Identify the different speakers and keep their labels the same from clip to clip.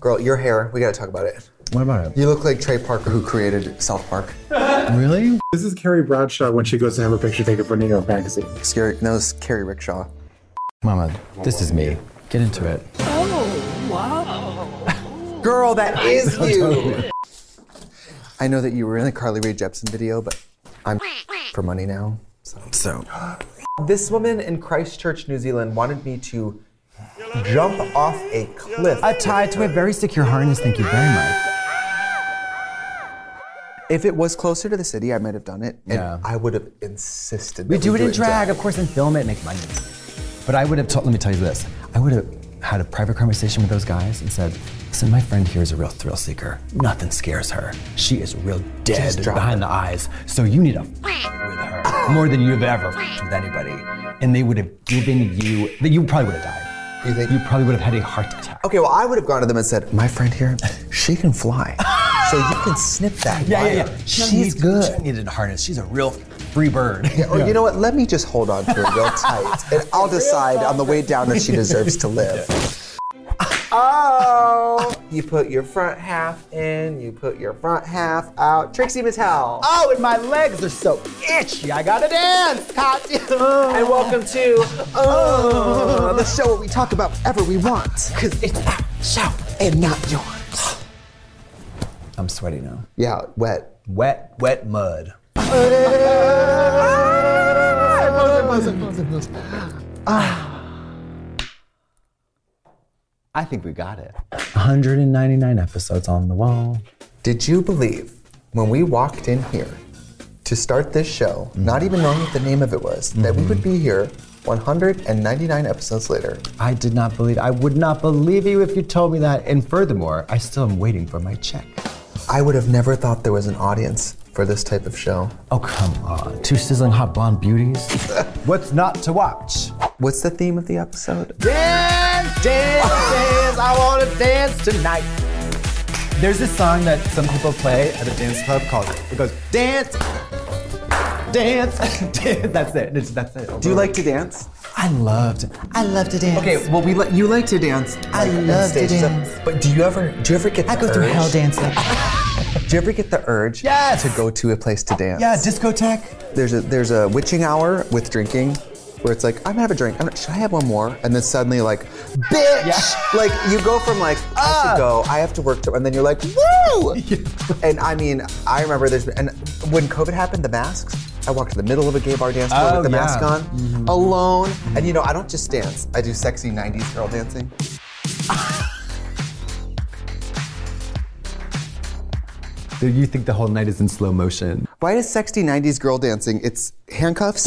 Speaker 1: Girl, your hair, we gotta talk about it.
Speaker 2: What about it?
Speaker 1: You look like Trey Parker who created South Park.
Speaker 2: Really?
Speaker 3: This is Carrie Bradshaw when she goes to have her picture taken for New York Magazine.
Speaker 1: Scary, that was Carrie Rickshaw.
Speaker 2: Mama, this is me. Get into it.
Speaker 1: Girl, that is you! I know that you were in the Carly Rae Jepsen video, but I'm for money now.
Speaker 2: So,
Speaker 1: This woman in Christchurch, New Zealand wanted me to jump off a cliff.
Speaker 2: a tie to a very secure harness. Thank you very much.
Speaker 1: If it was closer to the city, I might have done it, and
Speaker 2: Yeah.
Speaker 1: I would have insisted.
Speaker 2: We
Speaker 1: that
Speaker 2: do it in drag, of course, and film it, make money. But I would have told. Let me tell you this. I would have had a private conversation with those guys and said, "Listen, my friend here is a real thrill seeker. Nothing scares her. She is real dead
Speaker 1: drop
Speaker 2: behind the eyes. So you need to f- with her more than you've ever f- with anybody." And they would have given you. That you probably would have died.
Speaker 1: You think?
Speaker 2: You probably would have had a heart attack.
Speaker 1: Okay, well, I would have gone to them and said, "My friend here, she can fly, so you can snip that
Speaker 2: Yeah,
Speaker 1: wire.
Speaker 2: yeah, yeah.
Speaker 1: She's good."
Speaker 2: She needed a harness. She's a real free bird.
Speaker 1: Yeah, Or you know what? Let me just hold on to her real tight, and I'll decide on the way down if she deserves to live. Oh! You put your front half in, you put your front half out. Trixie Mattel.
Speaker 2: Oh, and my legs are so itchy. I gotta dance.
Speaker 1: And welcome to oh, the show where we talk about whatever we want. Because it's our show and not yours.
Speaker 2: I'm sweaty now.
Speaker 1: Yeah, wet.
Speaker 2: Wet, wet mud.
Speaker 1: Ah,
Speaker 2: I think we got it. 199 episodes on the wall.
Speaker 1: Did you believe when we walked in here to start this show, not
Speaker 2: Mm-hmm.
Speaker 1: even knowing what the name of it was, that we would be here 199 episodes later?
Speaker 2: I did not believe. I would not believe you if you told me that. And furthermore, I still am waiting for my check.
Speaker 1: I would have never thought there was an audience for this type of show.
Speaker 2: Oh come on, two sizzling hot blonde beauties. What's not to watch?
Speaker 1: What's the theme of the episode?
Speaker 2: Dance, dance, dance. I want to dance tonight. There's this song that some people play at a dance club called, it goes, dance, dance, dance. That's it. It's- that's it.
Speaker 1: Do you like to dance?
Speaker 2: I loved, I love to dance.
Speaker 1: Okay, well we li- you like to dance. I
Speaker 2: love to dance.
Speaker 1: But do you ever do you ever get the
Speaker 2: I go through
Speaker 1: urge?
Speaker 2: hell dancing.
Speaker 1: Do you ever get the urge
Speaker 2: Yes!
Speaker 1: to go to a place to dance?
Speaker 2: Yeah, discotheque.
Speaker 1: there's a there's a witching hour with drinking where it's like I'm gonna have a drink. I'm gonna, should I have one more? And then suddenly like, bitch!
Speaker 2: Yeah.
Speaker 1: Like you go from like I
Speaker 2: Ah.
Speaker 1: should go, I have to work, to, and then you're like, woo! And I mean, I remember there's and when COVID happened, the masks. I walked to the middle of a gay bar dance floor
Speaker 2: Oh,
Speaker 1: with the
Speaker 2: yeah. Mm-hmm.
Speaker 1: mask on, alone. And you know, I don't just dance. I do sexy '90s girl dancing.
Speaker 2: You think the whole night is in slow motion.
Speaker 1: Why is sexy '90s girl dancing? It's handcuffs.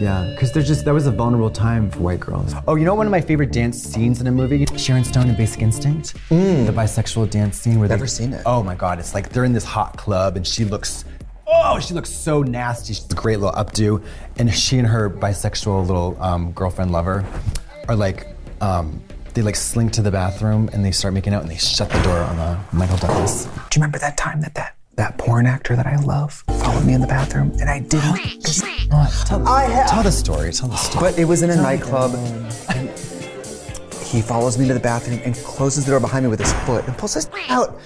Speaker 2: Yeah, because there's just that was a vulnerable time for white girls. Oh, you know one of my favorite dance scenes in a movie? Sharon Stone in Basic Instinct, the bisexual dance scene where
Speaker 1: Hmm. Never
Speaker 2: they,
Speaker 1: seen it.
Speaker 2: Oh my God, it's like they're in this hot club and she looks, oh, she looks so nasty. She's a great little updo, and she and her bisexual little um, girlfriend lover are like, um, they like slink to the bathroom and they start making out and they shut the door on the Michael Douglas.
Speaker 1: Do you remember that time that that that porn actor that I love followed me in the bathroom and I didn't?
Speaker 2: Tell,
Speaker 1: I have-
Speaker 2: tell the story. Tell the story.
Speaker 1: But it was in a nightclub. and He follows me to the bathroom and closes the door behind me with his foot and pulls his out.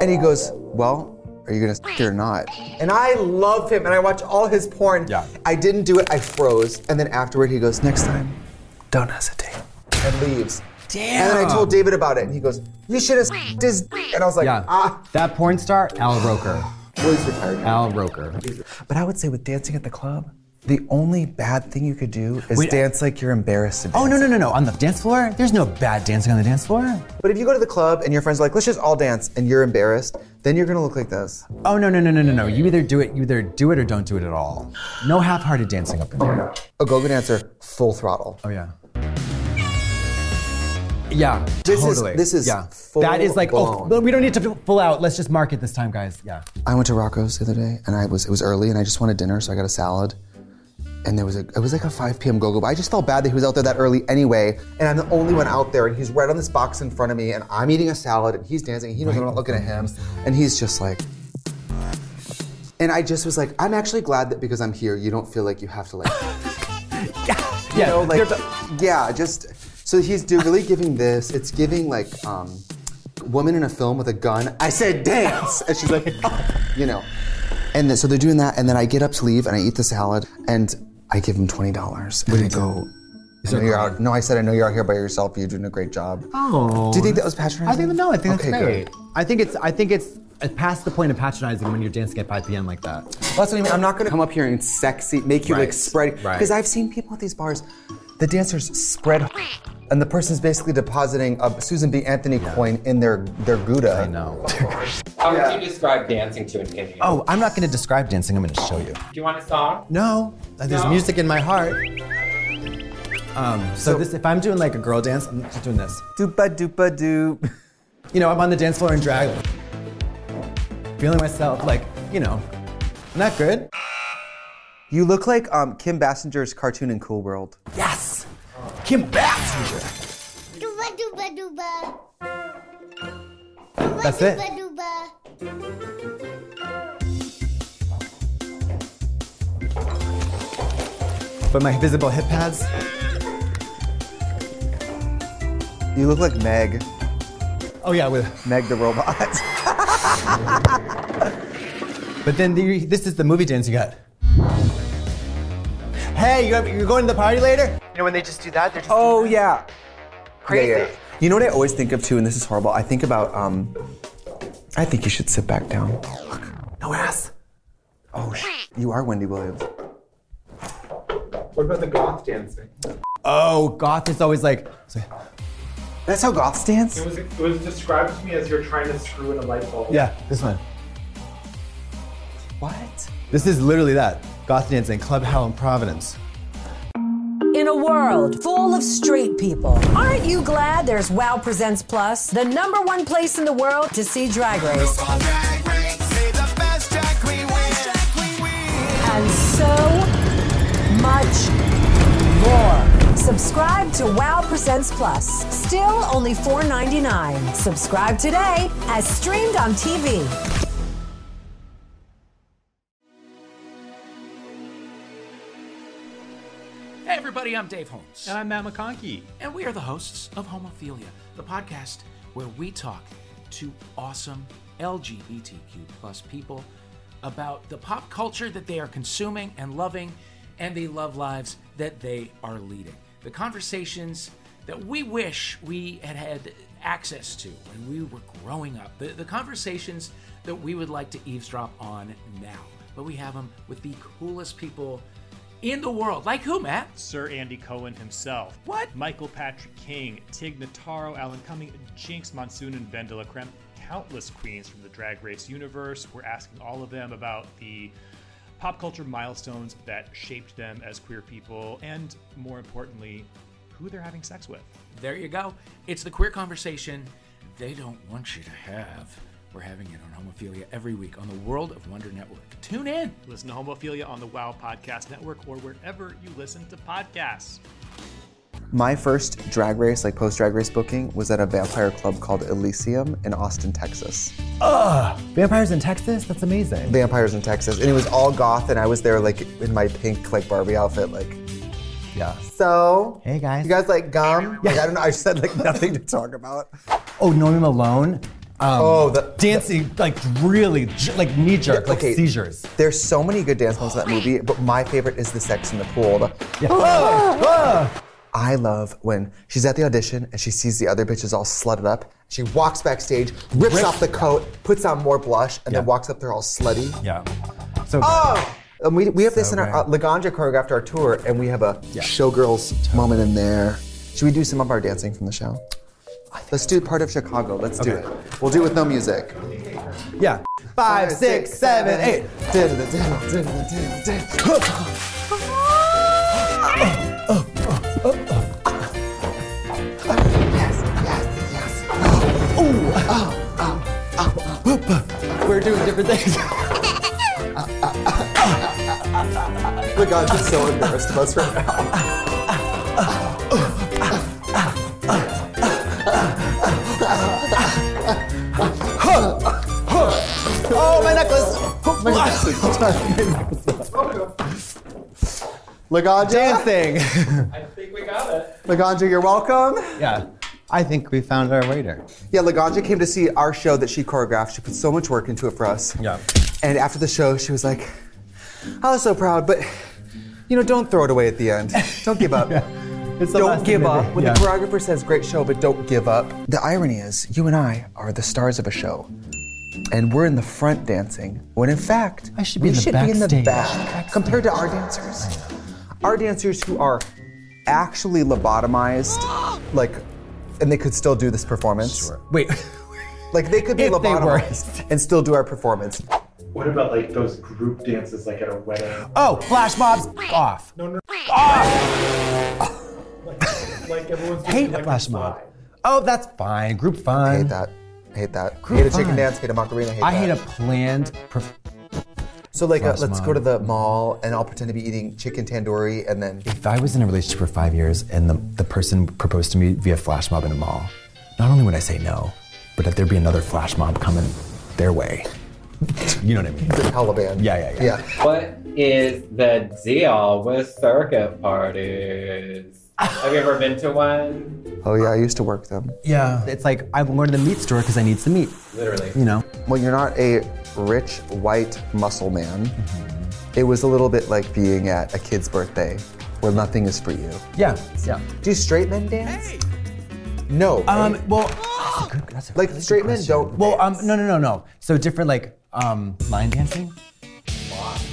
Speaker 1: And he goes, "Well, are you gonna stick it or not?" And I love him and I watch all his porn.
Speaker 2: Yeah.
Speaker 1: I didn't do it. I froze. And then afterward, he goes, "Next time, don't hesitate," and leaves. And then I told David about it, and he goes, "You should have." s- His d-" and I was like,
Speaker 2: yeah,
Speaker 1: "Ah,
Speaker 2: that porn star, Al Roker.
Speaker 1: well, he's retired." now."
Speaker 2: Al Roker.
Speaker 1: But I would say with dancing at the club, the only bad thing you could do is
Speaker 2: Wait, I-
Speaker 1: dance like you're embarrassed to dance.
Speaker 2: Oh no no no no! On the dance floor, there's no bad dancing on the dance floor.
Speaker 1: But if you go to the club and your friends are like, let's just all dance, and you're embarrassed, then you're gonna look like this.
Speaker 2: Oh no no no no no no! You either do it, you either do it or don't do it at all. No half-hearted dancing up in there.
Speaker 1: A go-go dancer, full throttle.
Speaker 2: Oh yeah. Yeah,
Speaker 1: This is-
Speaker 2: totally.
Speaker 1: this is
Speaker 2: yeah.
Speaker 1: full
Speaker 2: that is like oh,
Speaker 1: blown.
Speaker 2: but we don't need to pull out. Let's just mark it this time, guys. Yeah.
Speaker 1: I went to Rocco's the other day, and I was it was early, and I just wanted dinner, so I got a salad. And there was a it was like a 5 p.m. go-go, but I just felt bad that he was out there that early anyway. And I'm the only one out there, and he's right on this box in front of me, and I'm eating a salad, and he's dancing, and he knows I'm not looking at him, and he's just like. And I just was like, I'm actually glad that because I'm here, you don't feel like you have to like
Speaker 2: Yeah.
Speaker 1: know, like,
Speaker 2: there's a-
Speaker 1: yeah, just so he's do- really giving this. It's giving like um, woman in a film with a gun. I said dance, and she's like, "Oh," you know. And then, so they're doing that, and then I get up to leave, and I eat the salad, and I give him twenty dollars. And I go, I know you're out. No, I said I know you're out here by yourself. You're doing a great job.
Speaker 2: Oh.
Speaker 1: Do you think that was patronizing?
Speaker 2: I think no. I think that's
Speaker 1: okay,
Speaker 2: great.
Speaker 1: Good.
Speaker 2: I think it's. I think it's uh, past the point of patronizing when you're dancing at 5 p.m. like that.
Speaker 1: Well, that's what I mean. I'm not gonna come up here and sexy make you like
Speaker 2: Right,
Speaker 1: spread
Speaker 2: right.
Speaker 1: because I've seen people at these bars, the dancers spread, and the person's basically depositing a Susan B. Anthony coin in their their gouda.
Speaker 2: I know.
Speaker 4: How would you describe dancing to an idiot?
Speaker 2: oh, I'm not going to describe dancing. I'm going to show you.
Speaker 4: Do you want a song?
Speaker 2: No, uh, there's
Speaker 4: No.
Speaker 2: music in my heart. Um, so, this, if I'm doing like a girl dance, I'm just doing this.
Speaker 1: Doopa doopa doo.
Speaker 2: You know, I'm on the dance floor in drag, feeling myself like, you know, not good.
Speaker 1: You look like um, Kim Bassinger's cartoon in Cool World.
Speaker 2: Yes, Kim Bassinger.
Speaker 5: Duba duba duba.
Speaker 2: That's it.
Speaker 5: Duba duba.
Speaker 2: But my visible hip pads.
Speaker 1: You look like Meg,
Speaker 2: Oh yeah, with.
Speaker 1: Meg the robot.
Speaker 2: But then the, this is the movie dance you got. Hey, you're, you're going to the party later? You know when they just do that? They're just
Speaker 1: oh yeah,
Speaker 2: crazy.
Speaker 1: Yeah, yeah. You know what I always think of too, and this is horrible. I think about um, I think you should sit back down.
Speaker 2: No ass.
Speaker 1: Oh, sh- you are Wendy Williams.
Speaker 4: What about the goth dancing?
Speaker 2: Oh, goth is always like.
Speaker 1: That's how goths dance.
Speaker 6: It was, it was described to me as you're trying to screw in a light bulb.
Speaker 2: Yeah, this one.
Speaker 1: What?
Speaker 2: This is literally that. Goth dancing, Club Hell in Providence.
Speaker 7: In a world full of straight people, aren't you glad there's WoW Presents Plus, the number one place in the world to see Drag Race? And so much more. Subscribe to WoW Presents Plus, still only $4.99. Subscribe today as streamed on TV.
Speaker 8: Hey, everybody, I'm Dave Holmes.
Speaker 9: And I'm Matt McConkey.
Speaker 8: And we are the hosts of Homophilia, the podcast where we talk to awesome LGBTQ plus people about the pop culture that they are consuming and loving and the love lives that they are leading. The conversations that we wish we had had access to when we were growing up, the, the conversations that we would like to eavesdrop on now. But we have them with the coolest people in the world. Like who, Matt?
Speaker 9: Sir Andy Cohen himself.
Speaker 8: What?
Speaker 9: Michael Patrick King, Tig Notaro, Alan Cumming, Jinx Monsoon, and Ben de la Creme. Countless queens from the drag race universe. We're asking all of them about the pop culture milestones that shaped them as queer people, and more importantly, who they're having sex with.
Speaker 8: There you go. It's the queer conversation they don't want you to have. We're having it on Homophilia every week on the World of Wonder Network. Tune in.
Speaker 9: Listen to Homophilia on the WoW Podcast Network or wherever you listen to podcasts.
Speaker 1: My first drag race, like post drag race booking, was at a vampire club called Elysium in Austin, Texas.
Speaker 2: Vampires in Texas? That's amazing.
Speaker 1: Vampires in Texas, and it was all goth, and I was there like in my pink like Barbie outfit, like.
Speaker 2: Yeah.
Speaker 1: So.
Speaker 2: Hey, guys.
Speaker 1: You guys like gum? Like, I don't know. I said like nothing to talk about.
Speaker 2: Oh, Norman Malone? Um,
Speaker 1: Oh, the-
Speaker 2: dancing like really j- like knee jerk, like
Speaker 1: Okay,
Speaker 2: seizures.
Speaker 1: There's so many good dance moves in that movie, but my favorite is the sex in the pool. The-
Speaker 2: Yeah. Ah, ah.
Speaker 1: I love when she's at the audition and she sees the other bitches all slutted up. She walks backstage, rips
Speaker 2: Rips-
Speaker 1: off the coat, puts on more blush, and then
Speaker 2: Yeah.
Speaker 1: walks up there all slutty.
Speaker 2: Yeah. So
Speaker 1: Oh! And we, we have this
Speaker 2: So
Speaker 1: in our uh,
Speaker 2: good.
Speaker 1: Laganja choreographed our tour, and we have a showgirls moment in there. Should we do some of our dancing from the show? Let's do part of Chicago. Let's do
Speaker 2: Okay.
Speaker 1: it. We'll do it with no music.
Speaker 2: yeah. Five, six, seven, eight.
Speaker 1: ah,
Speaker 2: We're doing different things.
Speaker 1: Laganja's so embarrassed of us right now.
Speaker 2: oh, my necklace.
Speaker 1: Laganja,
Speaker 2: Dancing.
Speaker 4: I think we got it.
Speaker 1: Laganja, you're welcome.
Speaker 2: yeah. I think we found our waiter.
Speaker 1: Yeah, Laganja came to see our show that she choreographed. She put so much work into it for us.
Speaker 2: Yeah.
Speaker 1: And after the show, she was like, I was so proud, but you know, don't throw it away at the end. Don't give up.
Speaker 2: It's the
Speaker 1: Don't
Speaker 2: last thing
Speaker 1: give
Speaker 2: they
Speaker 1: up.
Speaker 2: do.
Speaker 1: When
Speaker 2: Yeah.
Speaker 1: the choreographer says great show, but don't give up. The irony is, you and I are the stars of a show. And we're in the front dancing, when in fact,
Speaker 2: I should be
Speaker 1: we
Speaker 2: in the
Speaker 1: should be in the
Speaker 2: backstage.
Speaker 1: back compared to our dancers. Our dancers who are actually lobotomized, like, and they could still do this performance.
Speaker 2: Wait.
Speaker 1: Like, they could be
Speaker 2: If they were.
Speaker 1: lobotomized and still do our performance.
Speaker 6: What about like those group dances, like at a wedding?
Speaker 2: Oh, flash mobs off.
Speaker 6: Like everyone's doing,
Speaker 2: Hate a
Speaker 6: like,
Speaker 2: flash
Speaker 6: slide.
Speaker 2: mob. Oh, that's fine. Group fun.
Speaker 1: I hate that. I hate that.
Speaker 2: Group
Speaker 1: hate a chicken
Speaker 2: fun.
Speaker 1: dance, hate a macarena, hate
Speaker 2: I
Speaker 1: that.
Speaker 2: hate a planned. Perf-
Speaker 1: So like, uh,
Speaker 2: Last
Speaker 1: let's
Speaker 2: month.
Speaker 1: go to the mall, and I'll pretend to be eating chicken tandoori, and then
Speaker 2: if I was in a relationship for five years and the, the person proposed to me via flash mob in a mall, not only would I say no, but if there'd be another flash mob coming their way. You know what I mean?
Speaker 1: the Taliban.
Speaker 2: Yeah, yeah, yeah.
Speaker 1: Yeah.
Speaker 10: What is the deal with circuit parties? Have you ever been to one?
Speaker 1: Oh yeah, I used to work them.
Speaker 2: Yeah. It's like, I'm going to the meat store because I need some meat,
Speaker 10: Literally.
Speaker 2: you know?
Speaker 1: When you're not a rich white muscle man,
Speaker 2: Mm-hmm.
Speaker 1: it was a little bit like being at a kid's birthday, where nothing is for you.
Speaker 2: Yeah, yeah.
Speaker 1: Do straight men dance? No.
Speaker 2: Um,
Speaker 1: right?
Speaker 2: well, that's a good, that's a
Speaker 1: like
Speaker 2: really good
Speaker 1: straight men
Speaker 2: question.
Speaker 1: don't.
Speaker 2: Well, um, no, no, no, no. So different, like, um, line dancing?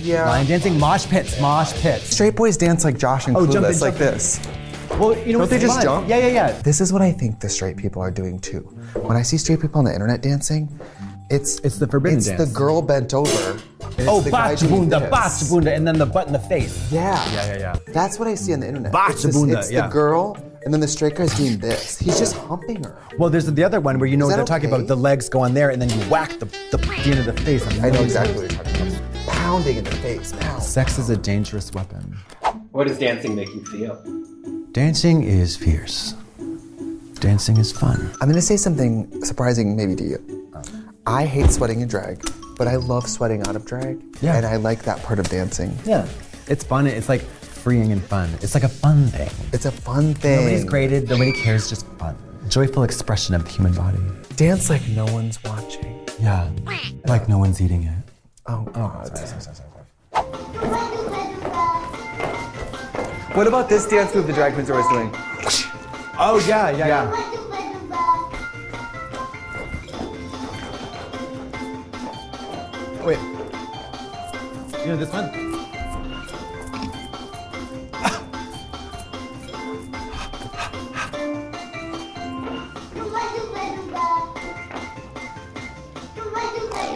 Speaker 1: yeah.
Speaker 2: Line dancing, mosh pits, mosh pits.
Speaker 1: Straight boys dance like Josh and
Speaker 2: Oh,
Speaker 1: Clueless,
Speaker 2: jump in,
Speaker 1: like
Speaker 2: jump in.
Speaker 1: this.
Speaker 2: Well, you know
Speaker 1: Don't they
Speaker 2: what's
Speaker 1: just
Speaker 2: fun?
Speaker 1: jump?
Speaker 2: Yeah, yeah, yeah.
Speaker 1: This is what I think the straight people are doing too. When I see straight people on the internet dancing, it's
Speaker 2: It's the forbidden
Speaker 1: It's
Speaker 2: dance.
Speaker 1: the girl bent over. It's
Speaker 2: Oh,
Speaker 1: the guy
Speaker 2: bach
Speaker 1: doing
Speaker 2: bunda,
Speaker 1: this.
Speaker 2: bach bunda, and then the butt in the face.
Speaker 1: Yeah.
Speaker 2: Yeah, yeah, yeah.
Speaker 1: That's what I see on the internet.
Speaker 2: Bach
Speaker 1: it's this-
Speaker 2: Zabunda,
Speaker 1: it's
Speaker 2: yeah.
Speaker 1: the girl, and then the straight guy's doing this. He's just humping her.
Speaker 2: Well, there's the other one where you know
Speaker 1: Is
Speaker 2: what
Speaker 1: that
Speaker 2: they're talking
Speaker 1: okay?
Speaker 2: about. The legs go on there, and then you whack the, the, the end of the face. on the
Speaker 1: I know
Speaker 2: nose.
Speaker 1: exactly what you're talking about. Pounding in the face. Pound.
Speaker 2: Sex is a dangerous weapon.
Speaker 10: What does dancing make you feel?
Speaker 2: Dancing is fierce. Dancing is fun.
Speaker 1: I'm gonna say something surprising, maybe to you.
Speaker 2: Uh.
Speaker 1: I hate sweating in drag, but I love sweating out of drag,
Speaker 2: Yeah.
Speaker 1: and I like that part of dancing.
Speaker 2: Yeah. It's fun. It's like freeing and fun. It's like a fun thing.
Speaker 1: It's a fun thing.
Speaker 2: Nobody's graded. Nobody cares. Just fun. Joyful expression of the human body.
Speaker 1: Dance like no one's watching.
Speaker 2: Yeah. Like no one's eating it.
Speaker 1: Oh, God.
Speaker 2: What about this dance move the drag queens are always doing? Oh yeah, yeah, yeah. Wait. You know this one?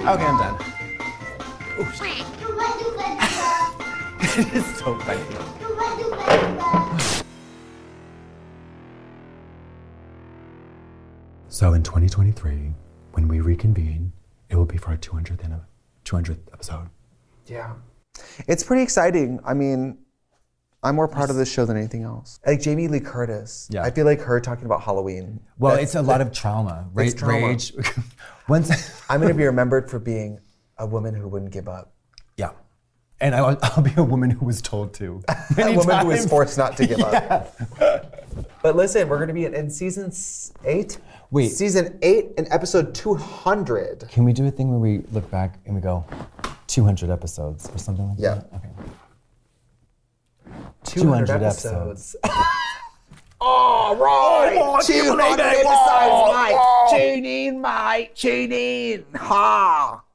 Speaker 2: Okay, I'm done. it is so funny. So in 2023, when we reconvene, it will be for our 200th, anni- 200th episode.
Speaker 1: Yeah. It's pretty exciting. I mean, I'm more proud of this show than anything else. Like Jamie Lee Curtis.
Speaker 2: Yeah.
Speaker 1: I feel like her talking about Halloween.
Speaker 2: Well, it's a lot of trauma, right?
Speaker 1: It's trauma.
Speaker 2: Rage. Once,
Speaker 1: I'm going to be remembered for being a woman who wouldn't give up.
Speaker 2: yeah. And I, will I'll be a woman who was told to.
Speaker 1: A
Speaker 2: Many
Speaker 1: woman who was
Speaker 2: times.
Speaker 1: forced not to give up. But listen, we're going to be in, in season s- eight.
Speaker 2: Wait.
Speaker 1: Season eight and episode 200.
Speaker 2: Can we do a thing where we look back and we go 200 episodes or something like
Speaker 1: Yeah.
Speaker 2: that? Okay.
Speaker 1: 200,
Speaker 2: 200
Speaker 1: episodes. All right, 200 episodes, mate. Tune in, mate. Tune in. Ha.